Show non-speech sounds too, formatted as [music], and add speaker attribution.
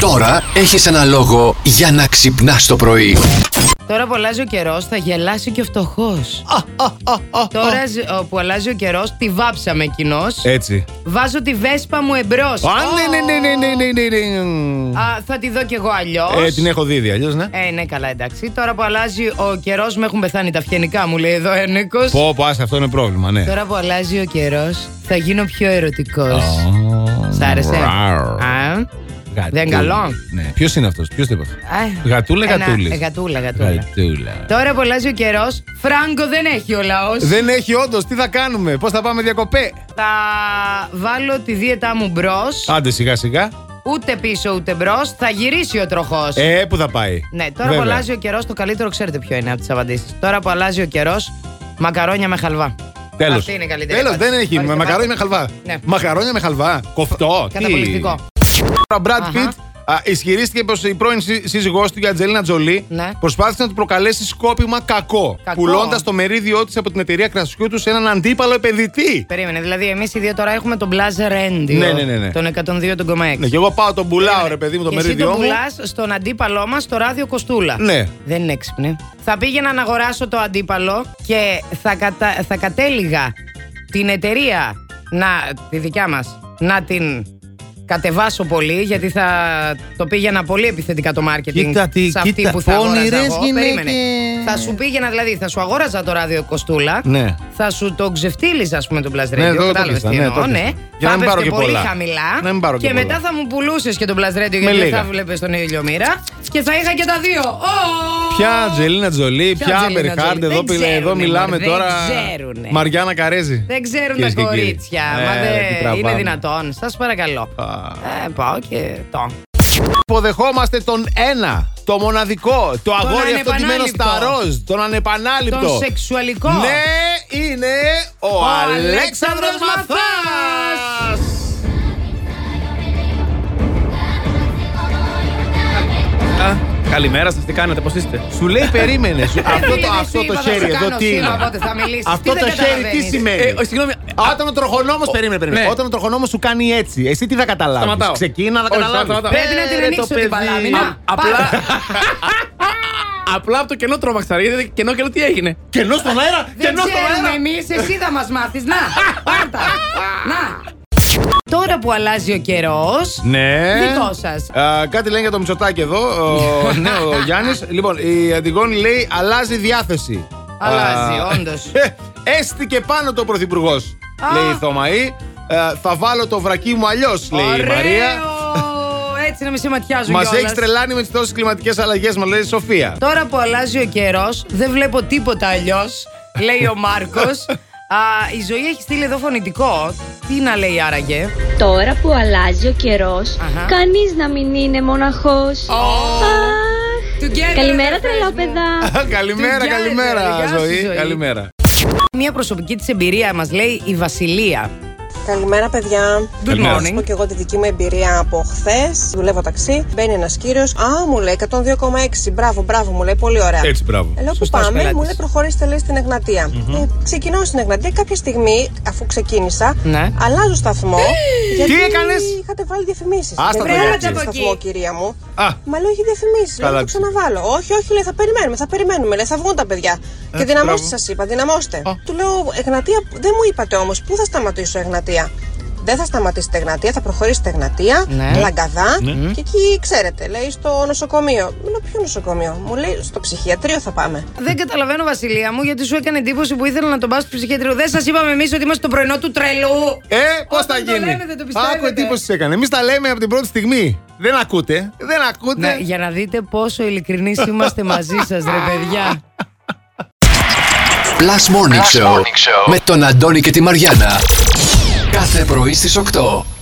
Speaker 1: Τώρα έχεις ένα λόγο για να ξυπνάς το πρωί.
Speaker 2: Τώρα που αλλάζει ο καιρός, θα γελάσει και ο φτωχός. Τώρα ζ- ο- που αλλάζει ο καιρός, τη βάψαμε κοινώς.
Speaker 3: Έτσι.
Speaker 2: Βάζω τη βέσπα μου εμπρός.
Speaker 3: Ε. Α, ναι, ναι, ναι, ναι, ναι, ναι, ναι.
Speaker 2: Θα τη δω κι εγώ αλλιώς.
Speaker 3: Ε, την έχω δει αλλιώς, ναι.
Speaker 2: Ε, ναι, καλά, εντάξει. Τώρα που αλλάζει ο καιρός, με έχουν πεθάνει τα φιενικά μου, λέει εδώ ένεκο.
Speaker 3: Πω, πω, άσε, αυτό είναι πρόβλημα, ναι.
Speaker 2: Τώρα που αλλάζει ο καιρός, θα γίνω πιο ερωτικός. Σ' άρεσε.
Speaker 3: Ραου.
Speaker 2: Α,
Speaker 3: Γατούλη.
Speaker 2: Δεν καλό.
Speaker 3: Ναι. Ποιος είναι αυτός, ποιος το είπε. αυτό?
Speaker 2: α,
Speaker 3: Γατούλα,
Speaker 2: ένα-
Speaker 3: γατούλης.
Speaker 2: ε, Γατούλα, γατούλα.
Speaker 3: Γατούλα.
Speaker 2: Τώρα που αλλάζει ο καιρός, φράγκο δεν έχει ο λαός.
Speaker 3: Δεν έχει όντως, τι θα κάνουμε, πώς θα πάμε διακοπέ.
Speaker 2: Θα βάλω τη δίαιτά μου μπρος.
Speaker 3: Άντε σιγά σιγά.
Speaker 2: Ούτε πίσω ούτε μπρος. Θα γυρίσει ο τροχός.
Speaker 3: Ε, πού θα πάει.
Speaker 2: ναι, τώρα που
Speaker 3: Βέβαια.
Speaker 2: αλλάζει ο καιρός, το καλύτερο ξέρετε ποιο είναι από τις απαντήσεις. Τώρα που αλλάζει ο καιρός, μακαρόνια με χαλβά.
Speaker 3: Τέλος.
Speaker 2: Αυτή είναι η καλύτερη
Speaker 3: Τέλος,
Speaker 2: απάντηση.
Speaker 3: δεν έχει.
Speaker 2: Ορίστε,
Speaker 3: Με
Speaker 2: πάτε.
Speaker 3: μακαρόνια με χαλβά.
Speaker 2: Ναι.
Speaker 3: Μακαρόνια με χαλβά. Κοφτό. Τι.
Speaker 2: Καταπληκτικό.
Speaker 3: Ο Μπραντ
Speaker 2: Αχα.
Speaker 3: Πιτ ισχυρίστηκε πως η πρώην σύ- σύζυγός του, η Ατζελίνα Τζολί,
Speaker 2: Ναι.
Speaker 3: προσπάθησε να του προκαλέσει σκόπιμα κακό,
Speaker 2: Κακό.
Speaker 3: πουλώντας το μερίδιο της από την εταιρεία κρασιού τους σε έναν αντίπαλο επενδυτή.
Speaker 2: Περίμενε, δηλαδή εμείς οι δύο τώρα έχουμε τον Blazer Randy.
Speaker 3: Ναι, ναι, ναι, ναι.
Speaker 2: Τον 102,6.
Speaker 3: Ναι, και εγώ πάω τον πουλάω, ρε παιδί μου, το
Speaker 2: Και εσύ
Speaker 3: μερίδιό
Speaker 2: τον
Speaker 3: μου.
Speaker 2: πουλάς στον αντίπαλό μας στο ράδιο Κοστούλα.
Speaker 3: Ναι.
Speaker 2: Δεν είναι έξυπνη. Θα πήγαινα να αγοράσω το αντίπαλο και θα, κατα... θα κατέληγα την εταιρεία, να... τη δικιά μας, να την κατεβάσω πολύ, γιατί θα το πήγαινα πολύ επιθετικά το μάρκετινγκ
Speaker 3: Κοίτα τι-
Speaker 2: σε αυτή
Speaker 3: κοίτα,
Speaker 2: που θα αγόραζα
Speaker 3: πονηρές
Speaker 2: εγώ.
Speaker 3: γυναίκες.
Speaker 2: Περίμενε. Θα σου πήγαινα δηλαδή, θα σου αγόραζα το ράδιο Κοστούλα,
Speaker 3: Ναι.
Speaker 2: θα σου το ξεφτύλιζα, ας πούμε, τον Blast Radio.
Speaker 3: Ναι, το- το
Speaker 2: κατάλαβες
Speaker 3: πίστα,
Speaker 2: τι
Speaker 3: ναι,
Speaker 2: εννοώ,
Speaker 3: το πίστα.
Speaker 2: ναι.
Speaker 3: Για να
Speaker 2: Θα
Speaker 3: μην πάρω
Speaker 2: έπεφτε
Speaker 3: και
Speaker 2: πολύ
Speaker 3: πολλά.
Speaker 2: χαμηλά.
Speaker 3: Να μην πάρω και
Speaker 2: και μετά
Speaker 3: πολλά.
Speaker 2: θα μου πουλούσες και τον Blast Radio,
Speaker 3: Με
Speaker 2: γιατί δεν
Speaker 3: λίγα.
Speaker 2: θα βλέπει τον ίδιο μοίρα. Και θα είχα και τα δύο. Ω!
Speaker 3: Ποια Ατζελίνα Τζολί,
Speaker 2: Ποια
Speaker 3: ποια
Speaker 2: Angelina
Speaker 3: Άμπερ Χάρντ,
Speaker 2: Jolie.
Speaker 3: εδώ,
Speaker 2: Δεν
Speaker 3: πιλε- εδώ
Speaker 2: ξέρουνε,
Speaker 3: μιλάμε
Speaker 2: μωρέ, δεν
Speaker 3: τώρα.
Speaker 2: ξέρουνε.
Speaker 3: Μαριάννα Καρέζη.
Speaker 2: Δεν ξέρουν
Speaker 3: Κυρίες
Speaker 2: τα
Speaker 3: και κύριοι.
Speaker 2: κορίτσια. Μα
Speaker 3: Ε, τι
Speaker 2: δεν είναι
Speaker 3: τραβάμε.
Speaker 2: δυνατόν. Σας παρακαλώ.
Speaker 3: Α.
Speaker 2: Ε, πάω και το.
Speaker 3: Υποδεχόμαστε τον ένα, το μοναδικό, το αγόρι αυτό ντυμένο
Speaker 2: ανεπανάληπτο.
Speaker 3: στα ροζ, τον ανεπανάληπτο.
Speaker 2: Τον σεξουαλικό.
Speaker 3: Ναι, είναι ο,
Speaker 2: Ο Αλέξανδρος
Speaker 3: Αλέξανδρος
Speaker 2: Μαθάς.
Speaker 3: Μαθάς.
Speaker 4: Α, Καλημέρα σας, τι κάνετε, πώς είστε.
Speaker 3: Σου λέει περίμενε. Σου,
Speaker 2: Ε,
Speaker 3: αυτό
Speaker 2: φίλε,
Speaker 3: το,
Speaker 2: σου
Speaker 3: αυτό
Speaker 2: είπα,
Speaker 3: το
Speaker 2: θα σου
Speaker 3: χέρι
Speaker 2: κάνω
Speaker 3: εδώ τι
Speaker 2: σήμα,
Speaker 3: είναι.
Speaker 2: οπότε θα μιλήσεις.
Speaker 3: Αυτό
Speaker 2: Τι
Speaker 3: το
Speaker 2: δεν
Speaker 3: χέρι τι
Speaker 2: καταλαβαίνεις.
Speaker 3: σημαίνει.
Speaker 4: Ε, ο, συγγνώμη.
Speaker 3: Α, Όταν ο τροχονόμος, περίμενε, περίμενε.
Speaker 4: ναι.
Speaker 3: Όταν ο τροχονόμος σου κάνει έτσι, εσύ τι θα καταλάβεις.
Speaker 4: Σταματάω.
Speaker 3: Ξεκίνα να
Speaker 4: Όχι,
Speaker 3: καταλάβεις.
Speaker 4: σταματάω.
Speaker 2: Πρέπει να την
Speaker 4: Ε, ρε,
Speaker 2: ανοίξω
Speaker 4: το
Speaker 2: την
Speaker 4: παιδί.
Speaker 2: παλάμινα.
Speaker 4: Α, απλά-
Speaker 3: [laughs]
Speaker 4: Απλά από το κενό τρόμαξα. ρε, Είδατε κενό κενό τι έγινε.
Speaker 3: Κενό στον αέρα,
Speaker 2: Δεν
Speaker 3: κενό στον
Speaker 2: ξέρουμε
Speaker 3: αέρα.
Speaker 2: εμείς, εσύ θα μας μάθεις. Να,
Speaker 3: [laughs]
Speaker 2: πάρτα. Να. Τώρα που αλλάζει ο καιρός.
Speaker 3: Ναι.
Speaker 2: Δικό σας.
Speaker 3: Α, κάτι λένε για το Μητσοτάκι εδώ. Ο, ναι, ο Γιάννης. λοιπόν, η Αντιγόνη λέει αλλάζει διάθεση.
Speaker 2: Αλλάζει,
Speaker 3: Α,
Speaker 2: όντως.
Speaker 3: Έστηκε πάνω το πρωθυπουργός,
Speaker 2: Α.
Speaker 3: λέει η Θωμαή. Ε, θα βάλω το βρακί μου αλλιώς, λέει η Μαρία.
Speaker 2: Έτσι να με συμματιάζουν
Speaker 3: Μα
Speaker 2: κιόλας.
Speaker 3: έχει τρελάνει με τις τόσες κλιματικές αλλαγές, μας λέει η
Speaker 2: [laughs]
Speaker 3: Σοφία.
Speaker 2: Τώρα που αλλάζει ο καιρός, δεν βλέπω τίποτα αλλιώς, λέει ο Μάρκος. Η ζωή έχει στείλει εδώ φωνητικό. Τι να λέει άραγε.
Speaker 5: Τώρα που αλλάζει ο καιρός,
Speaker 2: Αχα.
Speaker 5: κανείς να μην είναι μοναχός. Αχ.
Speaker 2: Together,
Speaker 5: Καλημέρα
Speaker 2: ρε, friends
Speaker 5: τρελόπαιδα.
Speaker 3: καλημέρα,
Speaker 2: Του Γιάννη, ρε,
Speaker 3: καλημέρα,
Speaker 2: γεια σου,
Speaker 3: ζωή.
Speaker 2: ζωή.
Speaker 3: Καλημέρα.
Speaker 2: Μια προσωπική της εμπειρία μας λέει η Βασιλεία.
Speaker 6: Καλημέρα, παιδιά.
Speaker 2: Good
Speaker 3: Καλημέρα.
Speaker 6: Πω
Speaker 2: morning.
Speaker 6: και εγώ τη δική μου εμπειρία από χθες. Δουλεύω ταξί. Μπαίνει ένας κύριος. Α, μου λέει 102,6. Μπράβο, μπράβο, μου λέει. Πολύ ωραία.
Speaker 3: Έτσι, μπράβο.
Speaker 6: Ε, Λέω που
Speaker 2: Σωστός
Speaker 6: πάμε,
Speaker 2: πελάτης.
Speaker 6: μου λέει προχωρήστε λέει στην εγνατεια Ε, ξεκινώ στην Εγνατία. Κάποια στιγμή, αφού ξεκίνησα,
Speaker 2: Ναι.
Speaker 6: αλλάζω σταθμό. γιατί
Speaker 3: Τι έκανες?
Speaker 6: Είχατε βάλει διαφημίσεις.
Speaker 3: Άστα τα
Speaker 6: βρήκα
Speaker 3: έτσι.
Speaker 6: το σταθμό, κυρία μου.
Speaker 3: Α.
Speaker 6: Μα λέω έχει διαφημίσει. Λέω
Speaker 3: Καλά,
Speaker 6: «Θα το ξαναβάλω. Όχι, όχι, λέει θα περιμένουμε, θα περιμένουμε. Λέει θα βγουν τα παιδιά.
Speaker 3: Ε,
Speaker 6: και δυναμώστε, σας είπα, δυναμώστε. Του λέω Εγνατία, δεν μου είπατε όμως πού θα σταματήσω Εγνατία. Δεν θα σταματήσετε Εγνατία, θα προχωρήσετε Εγνατία,
Speaker 2: Ναι.
Speaker 6: Λαγκαδά και εκεί ξέρετε, λέει στο νοσοκομείο. Μου λέω ποιο νοσοκομείο. Μου λέει στο ψυχιατρίο θα πάμε.
Speaker 2: Δεν καταλαβαίνω, Βασιλεία μου, γιατί σου έκανε εντύπωση που ήθελα να τον πας στο ψυχιατρίο. Δεν σας είπαμε εμείς ότι είμαστε το πρωινό του τρελού.
Speaker 3: Ε, πώς θα
Speaker 2: Όταν το
Speaker 3: γίνει.
Speaker 2: λέμε, δεν το πιστεύετε.
Speaker 3: Άκου εντύπωση έκανε. Εμείς τα λέμε από την πρώτη στιγμή. Δεν ακούτε. Δεν ακούτε.
Speaker 2: Ναι, για να δείτε πόσο ειλικρινείς είμαστε μαζί σας, ρε παιδιά.
Speaker 1: Plus Morning, Show, με τον Αντώνη και τη Μαριάνα. Κάθε πρωί στις 8.